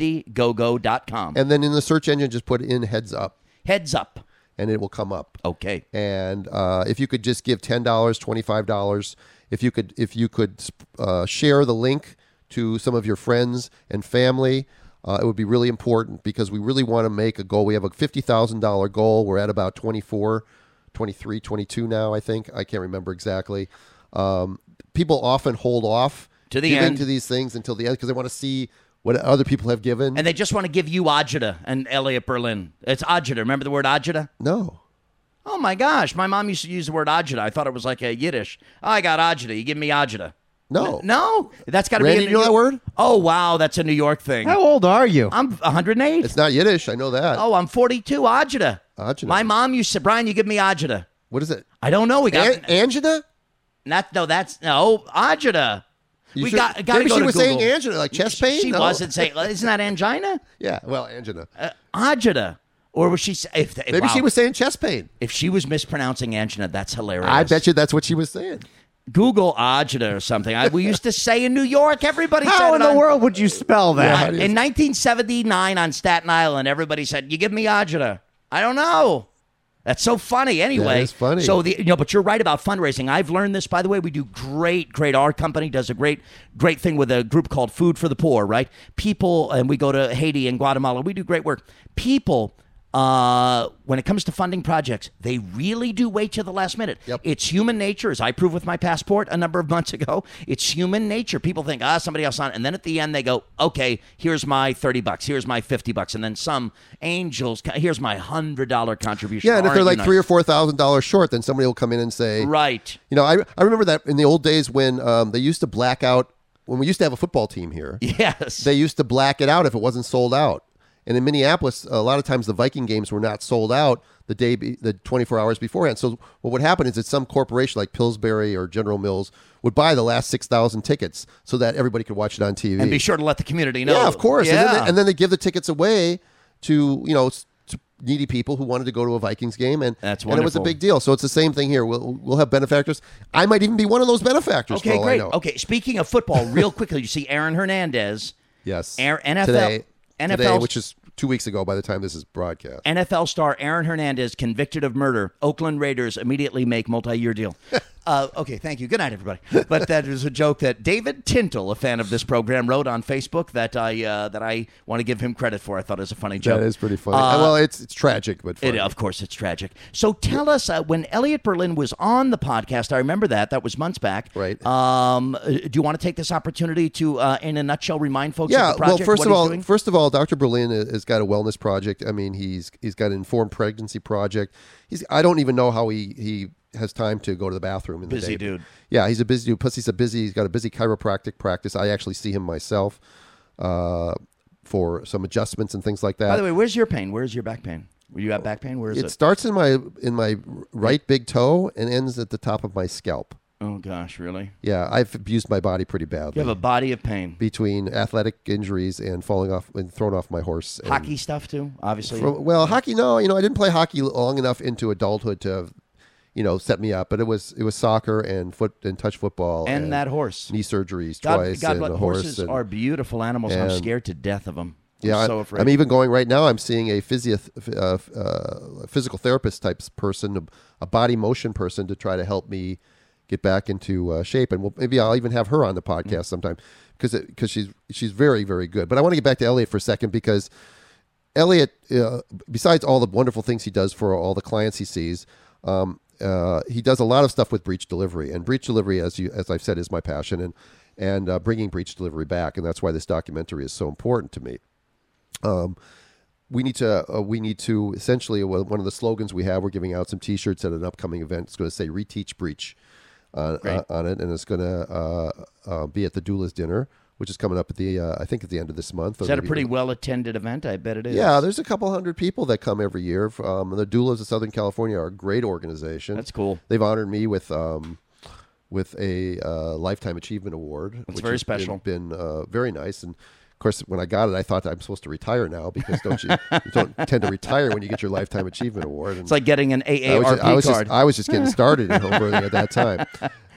A: Indiegogo.com.
C: And then in the search engine, just put in heads up
A: Heads up.
C: and it will come up.
A: Okay.
C: And uh, if you could just give $10, $25, if you could, if you could uh, share the link to some of your friends and family, uh, it would be really important because we really want to make a goal. We have a $50,000 goal. We're at about 24, 23, 22 now, I think. I can't remember exactly. Um, people often hold off
A: To the
C: giving
A: end.
C: to these things until the end because they want to see what other people have given.
A: And they just want to give you Ajita and Elliot Berlin. It's Ajita. Remember the word Ajita?
C: no.
A: Oh my gosh, my mom used to use the word Ajita. I thought it was like a Yiddish. I got Ajita. You give me Ajita.
C: No.
A: No, that's got to be.
C: Randy,
A: a New
C: you know that
A: York-
C: word?
A: Oh wow, that's a New York thing.
B: How old are you?
A: I'm 108.
C: It's not Yiddish. I know that.
A: oh, I'm 42. Ajita.
C: Ajita.
A: My mom used to. Brian, you give me Ajita.
C: What is it?
A: I don't know. We got
C: An- angina?
A: Not no, that's no Ajita.
C: You
A: we
C: sure-
A: got got to
C: Maybe
A: go
C: she
A: to
C: was
A: Google.
C: saying angina, like chest
A: She-
C: pain?
A: She
C: No.
A: wasn't saying. Isn't that angina?
C: Yeah, well, angina.
A: Uh, Ajita, or was she? s- If, if
C: Maybe
A: wow.
C: she was saying chest pain.
A: If she was mispronouncing angina, that's hilarious.
C: I bet you that's what she was saying.
A: Google Ajita or something. I, we used to say in New York, everybody said
B: How
A: it
B: in the
A: on- uh,
B: world would you spell that?
A: In 1979 on Staten Island, everybody said, "You give me Ajita." I don't know. That's so funny. Anyway,
C: is funny.
A: So the you know, but you're right about fundraising. I've learned this. By the way, we do great, great. Our company does a great, great thing with a group called Food for the Poor. Right, people, and we go to Haiti and Guatemala. We do great work. People uh, when it comes to funding projects, they really do wait to the last minute.
C: Yep.
A: It's human nature, as I proved with my passport a number of months ago. It's human nature. People think, ah, somebody else on. it." And then at the end, they go, okay, here's my 30 bucks, here's my 50 bucks. And then some angels, co- here's my $100 contribution.
C: Yeah, and if
A: Aren't
C: they're
A: you
C: like
A: nice?
C: three or four thousand dollars short, then somebody will come in and say,
A: Right.
C: You know, I I remember that in the old days when um, they used to black out when we used to have a football team here.
A: Yes.
C: They used to black it out if it wasn't sold out. And in Minneapolis, a lot of times the Viking games were not sold out the day, be, the 24 hours beforehand. So what would happen is that some corporation like Pillsbury or General Mills would buy the last 6,000 tickets so that everybody could watch it on TV.
A: and be sure to let the community know.
C: Yeah, of course. And,
A: Yeah.
C: then they, and then they give the tickets away to you know s- to needy people who wanted to go to a Vikings game, and
A: That's
C: and it was a
A: wonderful.
C: big deal. So it's the same thing here. We'll we'll have benefactors. I might even be one of those benefactors. for
A: okay,
C: all I
A: great.
C: know.
A: Okay, speaking of football, real quickly, you see Aaron Hernandez.
C: Yes.
A: Air- NFL
C: today,
A: NFL
C: today, which is two weeks ago by the time this is broadcast.
A: NFL star Aaron Hernandez convicted of murder. Oakland Raiders immediately make multi-year deal. uh, okay, thank you. Good night, everybody. But that is a joke that David Tintle, a fan of this program, wrote on Facebook that I uh, that I want to give him credit for. I thought it was a funny joke. Uh,
C: That is pretty funny. well, it's it's tragic, but
A: It,
C: funny.
A: of course, it's tragic. So tell us, uh, when Elliot Berlin was on the podcast, I remember that. That was months back.
C: Right.
A: Um, uh, do you want to take this opportunity to, uh, in a nutshell, remind folks
C: yeah.
A: of the project?
C: well, first
A: what
C: of
A: he's
C: all,
A: doing?
C: first of all, Dr. Berlin i- has got a wellness project. I mean, he's he's got an informed pregnancy project. He's I don't even know how he he has time to go to the bathroom in the
A: Busy
C: day.
A: dude.
C: Yeah, he's a busy dude. Plus, he's a busy. He's got a busy chiropractic practice. I actually see him myself uh, for some adjustments and things like that.
A: By the way, where's your pain? Where's your back pain? Were you at back pain? Where is
C: it
A: it?
C: starts in my in my right big toe and ends at the top of my scalp.
A: Oh gosh, really?
C: Yeah, I've abused my body pretty badly.
A: You have a body of pain.
C: between athletic injuries and falling off and thrown off my horse. and-
A: Hockey stuff too, obviously.
C: From- well, hockey. No, you know, I didn't play hockey long enough into adulthood to, have, you know, set me up. But it was it was soccer and foot and touch football
A: And that horse.
C: knee surgeries
A: God,
C: twice
A: God
C: and
A: bless.
C: a horse.
A: Horses
C: and,
A: are beautiful animals. I'm
C: and-
A: scared to death of them.
C: yeah,
A: I'm
C: I-
A: so afraid.
C: I'm even going right now. I'm seeing a physio, uh, uh, physical therapist type person, a, a body motion person, to try to help me get back into uh, shape. And we'll, maybe I'll even have her on the
A: Mm-hmm.
C: podcast sometime because because she's she's very very good. But I want to get back to Elliot for a second because Elliot, uh, besides all the wonderful things he does for all the clients he sees, um, uh, he does a lot of stuff with breach delivery. And breach delivery, as you as I've said, is my passion, and and uh, bringing breach delivery back, and that's why this documentary is so important to me. Um, we need to uh, we need to essentially well, one of the slogans we have. We're giving out some T-shirts at an upcoming event. It's going to say "Reteach Breach" on,
A: Great.
C: on it, and it's going to uh, uh, be at the Doulas dinner, which is coming up at the uh, I think at the end of this month. or
A: is that a
C: maybe-
A: pretty well attended event? I bet it is.
C: yeah, there's a couple hundred people that come every year. Um, the doulas of Southern California are a great organization.
A: That's cool.
C: They've honored me with um, with a uh, lifetime achievement award. That's
A: very special.
C: Been, been, uh, very nice, and of course, when I got it, I thought I'm supposed to retire now because don't you, you don't tend to retire when you get your lifetime achievement award. And
A: It's like getting an
C: I was,
A: AARP
C: just, I, was
A: card.
C: just, I was just getting started in home birthing at that time.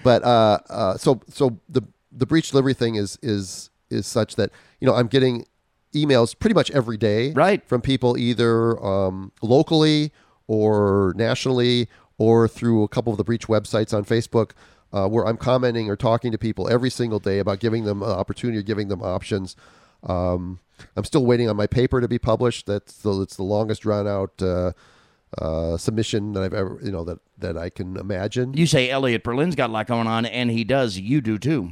C: But uh, uh, so so the the breach delivery thing is is is such that you know I'm getting emails pretty much every day
A: Right.
C: from people either um, locally or nationally or through a couple of the breach websites on Facebook. Uh, where I'm commenting or talking to people every single day about giving them an opportunity, or giving them options. Um, I'm still waiting on my paper to be published. That's the, it's the longest drawn out uh, uh, submission that I've ever, you know, that that I can imagine.
A: you say Elliot Berlin's got a lot going on, and he does. You do too.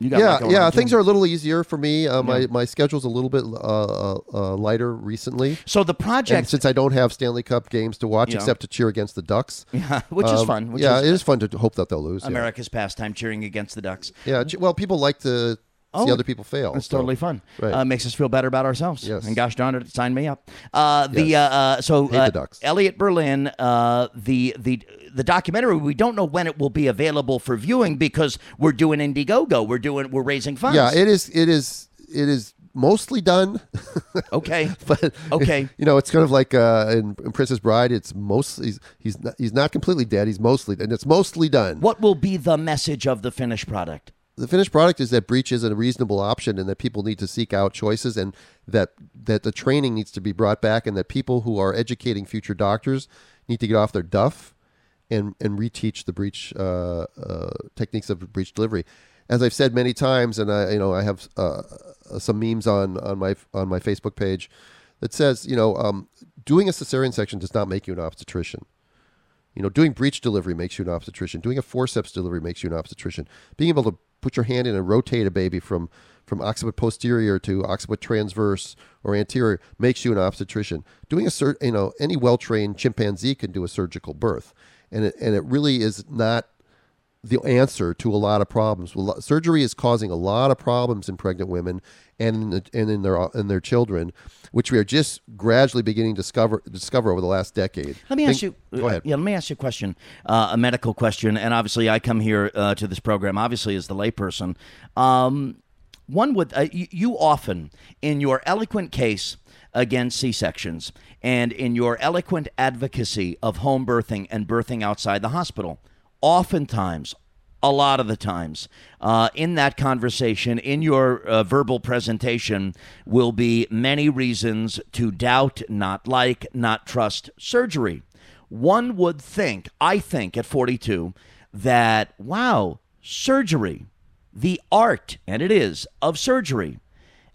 A: You got a lot
C: yeah,
A: going
C: yeah.
A: on, too.
C: Things are a little easier for me. Uh, My my schedule's a little bit uh, uh, lighter recently,
A: So the
C: and
A: project,
C: since I don't have Stanley Cup games to watch
A: Yeah.
C: except to cheer against the Ducks,
A: which is
C: um,
A: fun. Which
C: yeah,
A: is
C: it is fun to hope that they'll lose. yeah.
A: America's pastime, cheering against the Ducks.
C: Yeah. ch- Well, people like to
A: Oh,
C: see other people fail.
A: That's
C: so-
A: totally fun.
C: Right.
A: Uh, makes us feel better about ourselves.
C: Yes.
A: And gosh darn it, sign me up. Uh, the
C: Yes.
A: uh, uh, so
C: Hate
A: uh,
C: the Ducks.
A: Elliot Berlin, uh, the the the documentary. We don't know when it will be available for viewing because we're doing Indiegogo. We're doing we're raising funds.
C: Yeah. It is. It is. It is mostly done.
A: okay.
C: but
A: Okay.
C: you know it's kind of like uh, in, in Princess Bride. It's mostly he's he's not, he's not completely dead. He's mostly and it's mostly done.
A: what will be the message of the finished product?
C: the finished product is that breach is a reasonable option and that people need to seek out choices and that that the training needs to be brought back and that people who are educating future doctors need to get off their duff and and reteach the breach uh, uh, techniques of breach delivery as i've said many times and i you know i have uh, some memes on on my on my facebook page that says you know um, doing a cesarean section does not make you an obstetrician. You know, doing breech delivery makes you an obstetrician. Doing a forceps delivery makes you an obstetrician. Being able to put your hand in and rotate a baby from from occiput posterior to occiput transverse or anterior makes you an obstetrician. Doing a sur- you know, any well-trained chimpanzee can do a surgical birth. And it, and it really is not the answer to a lot of problems. Well, lo- Surgery is causing a lot of problems in pregnant women and in the, and in their in their children, which we are just gradually beginning to discover discover over the last decade.
A: Let me ask
C: Think-
A: you.
C: Go ahead.
A: Yeah, let me ask you a question, uh, a medical question, and obviously I come here uh, to this program obviously as the layperson. Um, one would uh, you, you often in your eloquent case against C-sections and in your eloquent advocacy of home birthing and birthing outside the hospital, oftentimes a lot of the times uh, in that conversation in your uh, verbal presentation will be many reasons to doubt not like not trust surgery one would think i think at 42 that wow surgery the art and it is of surgery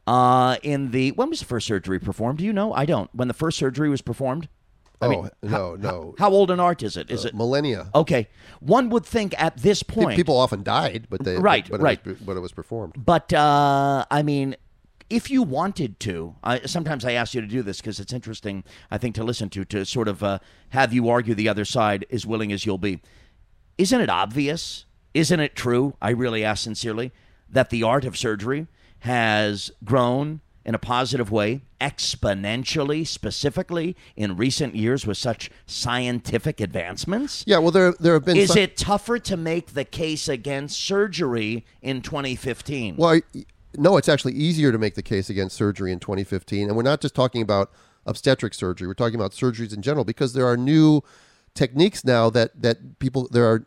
A: uh, in the when was the first surgery performed do you know i don't when the first surgery was performed
C: oh no, no,
A: how old an art is it is it
C: millennia.
A: okay one would think at this point
C: Uh, People often died, but they
A: Right,
C: but
A: right.
C: It was, but it was performed.
A: But uh, I mean, if you wanted to, I, sometimes I ask you to do this because it's interesting. I think to listen to to sort of uh, have you argue the other side as willing as you'll be. Isn't it obvious? Isn't it true? I really ask sincerely that the art of surgery has grown in a positive way exponentially specifically in recent years with such scientific advancements
C: Yeah, well, there there have been.
A: is
C: some-
A: it tougher to make the case against surgery in 2015
C: Well, I- no, it's actually easier to make the case against surgery in 2015. And we're not just talking about obstetric surgery. We're talking about surgeries in general because there are new techniques now that, that people, there are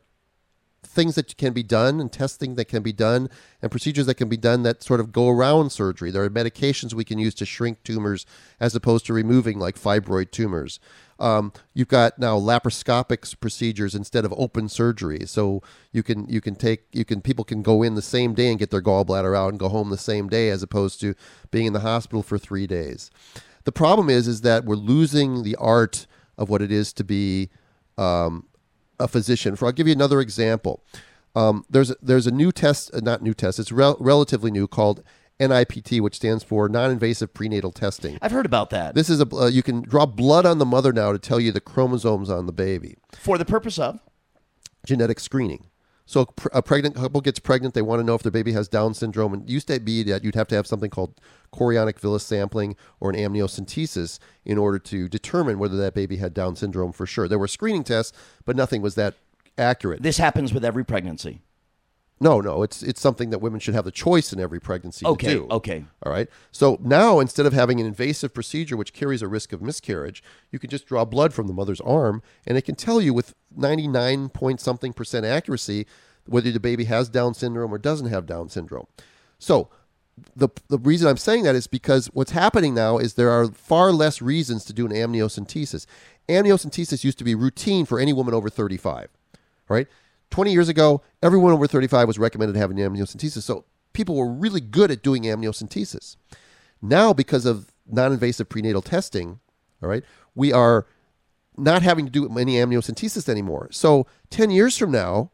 C: things that can be done and testing that can be done and procedures that can be done that sort of go around surgery. There are medications we can use to shrink tumors as opposed to removing like fibroid tumors. Um, you've got now laparoscopic s- procedures instead of open surgery, so you can you can take you can people can go in the same day and get their gallbladder out and go home the same day as opposed to being in the hospital for three days. The problem is is that we're losing the art of what it is to be um, a physician. For I'll give you another example. Um, there's a, there's a new test, uh, not new test. It's rel- relatively new called NIPT, which stands for non-invasive prenatal testing.
A: I've heard about that.
C: This is a uh, you can draw blood on the mother now to tell you the chromosomes on the baby.
A: for the purpose of
C: Genetic screening. So a, pr- a pregnant couple gets pregnant, they want to know if their baby has Down syndrome. And it used to be that you'd have to have something called chorionic villus sampling or an amniocentesis in order to determine whether that baby had Down syndrome for sure. There were screening tests, but nothing was that accurate.
A: this happens with every pregnancy.
C: No, no, it's it's something that women should have the choice in every pregnancy
A: Okay,
C: to do.
A: okay.
C: All right. So now instead of having an invasive procedure which carries a risk of miscarriage, you can just draw blood from the mother's arm and it can tell you with 99 point something percent accuracy whether the baby has down syndrome or doesn't have down syndrome. So the the reason I'm saying that is because what's happening now is there are far less reasons to do an amniocentesis. Amniocentesis used to be routine for any woman over 35. All right. 20 years ago, everyone over 35 was recommended having amniocentesis. So people were really good at doing amniocentesis. Now, because of non invasive prenatal testing, all right, we are not having to do any amniocentesis anymore. So 10 years from now,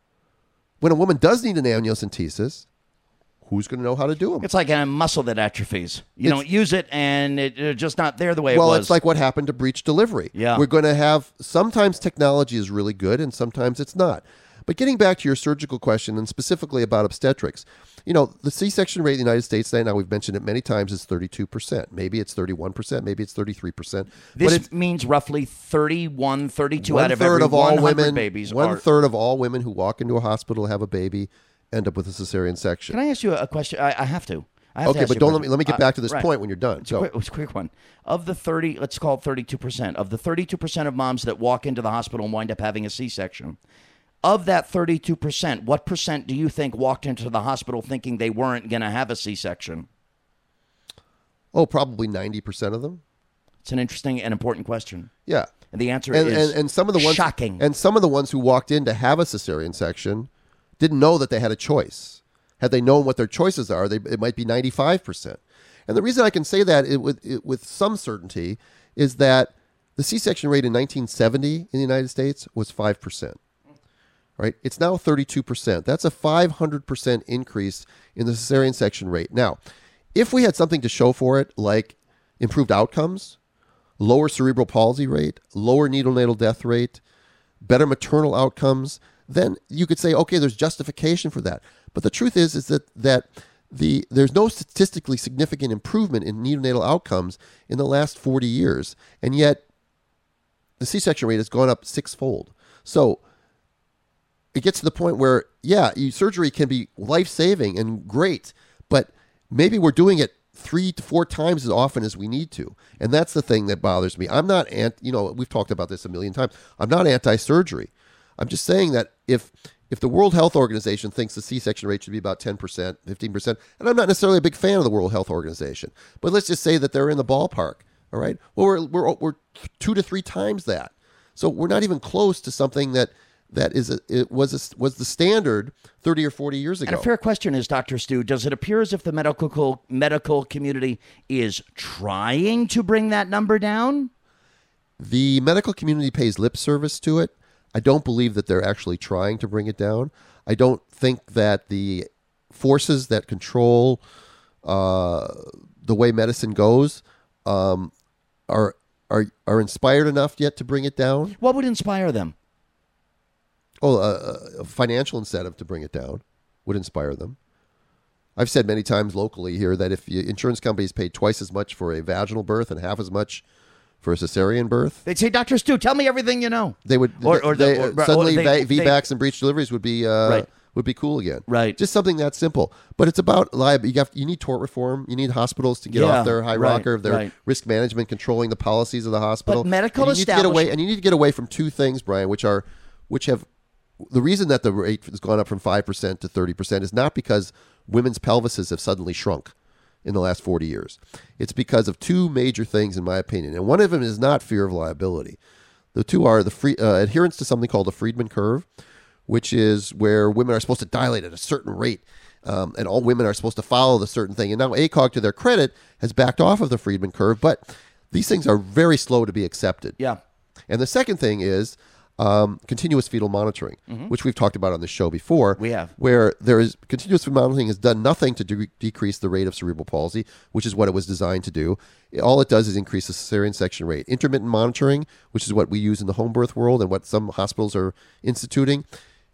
C: when a woman does need an amniocentesis, who's going to know how to do them?
A: It's like a muscle that atrophies. You don't use it, and it, it's just not there the way
C: well,
A: it was.
C: it's like what happened to breach delivery.
A: Yeah.
C: We're going to have sometimes technology is really good and sometimes it's not. But getting back to your surgical question and specifically about obstetrics, you know, the C section rate in the United States right now, we've mentioned it many times, is 32%. Maybe it's 31%, maybe it's 33%.
A: this
C: but it's
A: means roughly 31, 32
C: one
A: out of
C: third
A: every
C: of all
A: 100
C: women,
A: babies
C: one
A: are.
C: third of all women who walk into a hospital to have a baby end up with a cesarean section.
A: Can I ask you a question? I, I have to. I have to
C: okay,
A: ask
C: but
A: you a
C: don't let me
A: question.
C: let me get
A: Uh,
C: back to this
A: right.
C: point when you're done.
A: It's a,
C: So,
A: quick, it's a quick one. Of the 30, let's call it 32%, of the 32% of moms that walk into the hospital and wind up having a C section, of that 32%, what percent do you think walked into the hospital thinking they weren't going to have a C section?
C: oh, probably 90% of them.
A: It's an interesting and important question.
C: Yeah.
A: And the answer
C: and,
A: is
C: and, and some of the ones
A: shocking.
C: and some of the ones who walked in to have a cesarean section didn't know that they had a choice had they known what their choices are they, it might be 95% and the reason i can say that it, with, it, with some certainty is that The C-section rate in 1970 in the United States was five percent. Right, it's now 32 percent. That's a 500 percent increase in the cesarean section rate. Now, if we had something to show for it, like improved outcomes, lower cerebral palsy rate, lower needle natal death rate, better maternal outcomes, then you could say, okay, there's justification for that. But the truth is, is that that the there's no statistically significant improvement in neonatal outcomes in the last 40 years, and yet the C-section rate has gone up sixfold. So it gets to the point where, yeah, you, surgery can be life-saving and great, but maybe we're doing it three to four times as often as we need to. And that's the thing that bothers me. I'm not anti, you know, we've talked about this a million times. I'm not anti-surgery. I'm just saying that if if the World Health Organization thinks the C-section rate should be about 10%, 15%, and I'm not necessarily a big fan of the World Health Organization, but let's just say that they're in the ballpark, all right? Well, we're we're we're 2 to 3 times that. So we're not even close to something that that is a, it was a, was the standard 30 or 40 years ago.
A: And a fair question is, Dr. Stu, does it appear as if the medical medical community is trying to bring that number down?
C: The medical community pays lip service to it. I don't believe that they're actually trying to bring it down. I don't think that the forces that control uh, the way medicine goes um, are are are inspired enough yet to bring it down.
A: What would inspire them?
C: Oh, a, a financial incentive to bring it down would inspire them. I've said many times locally here that if you, insurance companies paid twice as much for a vaginal birth and half as much for a cesarean birth,
A: They'd say, Dr. Stu, tell me everything you know.
C: they would
A: Or- or
C: they,
A: the- or- or
C: suddenly
A: they-
C: va-
A: they-
C: VBACs and breach deliveries would be uh,
A: Right.
C: would be cool again.
A: Right.
C: Just something that simple. But it's about liability. You have you need tort reform. You need hospitals to get
A: Yeah,
C: off their high
A: right,
C: rocker of their
A: right.
C: risk management, controlling the policies of the hospital.
A: But medical
C: and you need to get
A: establish-
C: away, and you need to get away from two things, Brian, which are which have the reason that the rate has gone up from five percent to thirty percent is not because women's pelvises have suddenly shrunk in the last 40 years. It's because of two major things, in my opinion. And one of them is not fear of liability. The two are the free, uh, adherence to something called the Friedman curve, which is where women are supposed to dilate at a certain rate. Um, and all women are supposed to follow the certain thing. And now ACOG, to their credit, has backed off of the Friedman curve, but these things are very slow to be accepted.
A: Yeah.
C: And the second thing is um, continuous fetal monitoring, which we've talked about on this show before.
A: Mm-hmm. We have.
C: Where there is continuous fetal monitoring has done nothing to de- decrease the rate of cerebral palsy, which is what it was designed to do. All it does is increase the cesarean section rate. Intermittent monitoring, which is what we use in the home birth world and what some hospitals are instituting,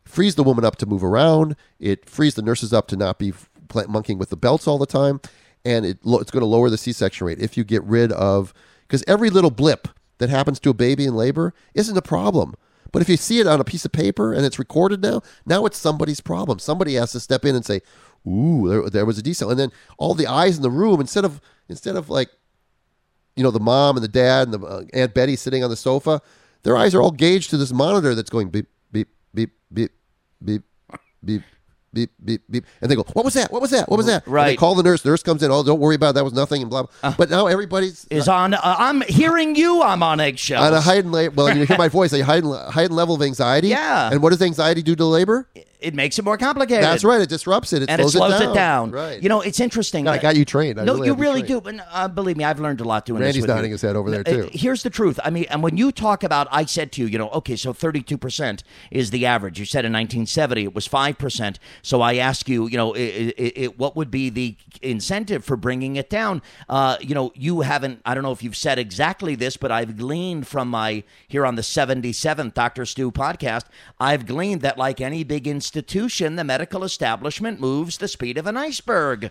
C: frees the woman up to move around. It frees the nurses up to not be f- pl- monkeying with the belts all the time, and it lo- it's going to lower the C-section rate if you get rid of because every little blip that happens to a baby in labor isn't a problem. But if you see it on a piece of paper and it's recorded now, now it's somebody's problem. Somebody has to step in and say, "Ooh, there, there was a decel," and then all the eyes in the room instead of instead of like you know, the mom and the dad and the uh, Aunt Betty sitting on the sofa, their eyes are all gauged to this monitor that's going beep, beep, beep, beep, beep, beep. Beep beep beep, and they go. What was that? What was that? What was that? And they
A: Right. Uh.
C: call the nurse. Nurse comes in. Oh, don't worry about it. that. Was nothing. And blah. blah. but now everybody's
A: Is on, uh, I'm hearing you, I'm on eggshells.
C: on a heightened level. Well, you hear my voice. A heightened, heightened level of anxiety.
A: Yeah.
C: And what does anxiety do to labor?
A: it makes it more complicated.
C: That's right. It disrupts it. It
A: and
C: slows
A: it slows it down.
C: Right.
A: You know, it's interesting.
C: Yeah, I
A: that-
C: got you trained. I
A: no,
C: really
A: you
C: have you
A: really do.
C: trained.
A: But uh, believe me, I've learned a lot doing this.
C: Randy's
A: with
C: nodding
A: you.
C: his head over there,
A: Uh,
C: too.
A: Here's the truth. I mean, and when you talk about, I said to you, you know, okay, so 32 percent is the average. You said in 1970 it was five percent. So I ask you, you know, i i i what would be the incentive for bringing it down? Uh, you know, you haven't. I don't know if you've said exactly this, but I've gleaned from my here on the 77th Dr. Stu podcast. I've gleaned that, like any big institution, the medical establishment moves the speed of an iceberg.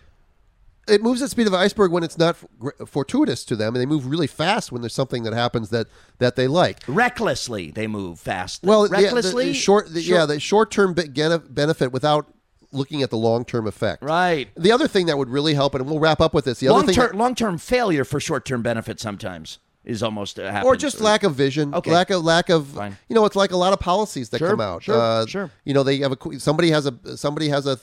C: it moves at the speed of an iceberg when it's not f- fortuitous to them, and they move really fast when there's something that happens that that they like.
A: recklessly they move fast
C: Well, yeah, the-
A: recklessly
C: the, short, the, yeah, the short-term be- gen- benefit without looking at the long-term effect.
A: Right.
C: The other thing that would really help, and we'll wrap up with this. The other
A: long
C: thing,
A: term long term failure for short term benefit sometimes is almost uh, happens.
C: or just lack of vision,
A: Okay.
C: lack of lack of,
A: Fine.
C: you know, it's like a lot of policies that
A: Sure,
C: come out.
A: sure,
C: uh,
A: sure.
C: You know, they have a qu- somebody has a somebody has a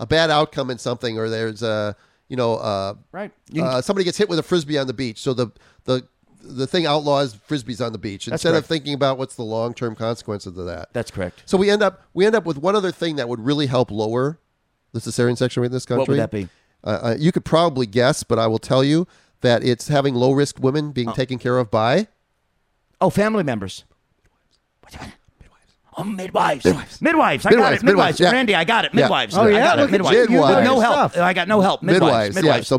C: a bad outcome in something, or there's a you know uh,
A: right. You can-
C: uh, somebody gets hit with a frisbee on the beach, so the the the thing outlaws frisbees on the beach instead of
A: correct.
C: thinking about what's the long term consequences of that.
A: that's correct.
C: so we end up we end up with one other thing that would really help lower the cesarean section rate in this country.
A: would that be?
C: Uh, uh, you could probably guess, but I will tell you that it's having low risk women being taken care of by
A: Oh, family members. What- Oh, midwives. Midwives. Midwives. I got it.
C: Midwives,
A: Midwives.
C: midwives, yeah.
A: Randy, I got it.
C: Yeah.
A: Midwives.
B: Oh,
A: I
B: yeah?
A: got it.
B: Look at
A: Midwives.
C: you. You
A: With
C: know
A: no help.
B: stuff.
A: I got no help. Midwives.
C: midwives, yeah. So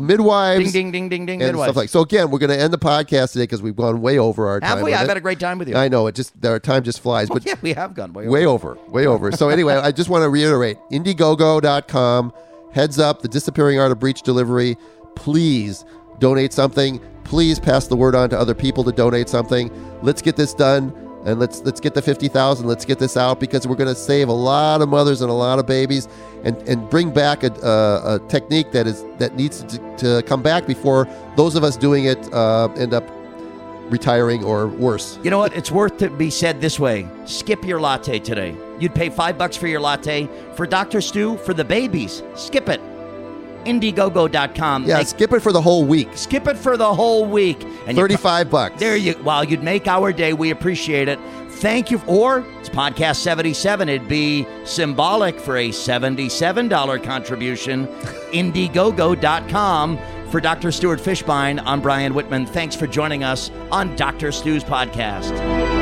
A: Ding,
C: midwives,
A: ding, ding, ding, ding.
C: and
A: midwives.
C: stuff like. So again, we're going to end the podcast today because we've gone way over our time.
A: Have we?
C: with
A: I've
C: it.
A: had a great time with you.
C: I know it just our time just flies, but
A: yeah, we have gone way over.
C: way over, way over. So anyway, I just want to reiterate: Indiegogo.com. Heads up, the disappearing art of breach delivery. Please donate something. Please pass the word on to other people to donate something. Let's get this done, and let's let's get the fifty thousand. Let's get this out because we're going to save a lot of mothers and a lot of babies, and and bring back a, a, a technique that is that needs to, to come back before those of us doing it uh, end up retiring or worse.
A: You know what? It's worth to be said this way. Skip your latte today. You'd pay five bucks for your latte. For Dr. Stu, for the babies, skip it. Indiegogo.com.
C: Yeah,
A: Make-
C: skip it for the whole week.
A: skip it for the whole week. And you-
C: 35 bucks.
A: There you well, you'd make our day. We appreciate it. Thank you. Or it's podcast 77. It'd be symbolic for a $77 contribution. Indiegogo.com. For Dr. Stuart Fishbein, I'm Brian Whitman. Thanks for joining us on Dr. Stu's podcast.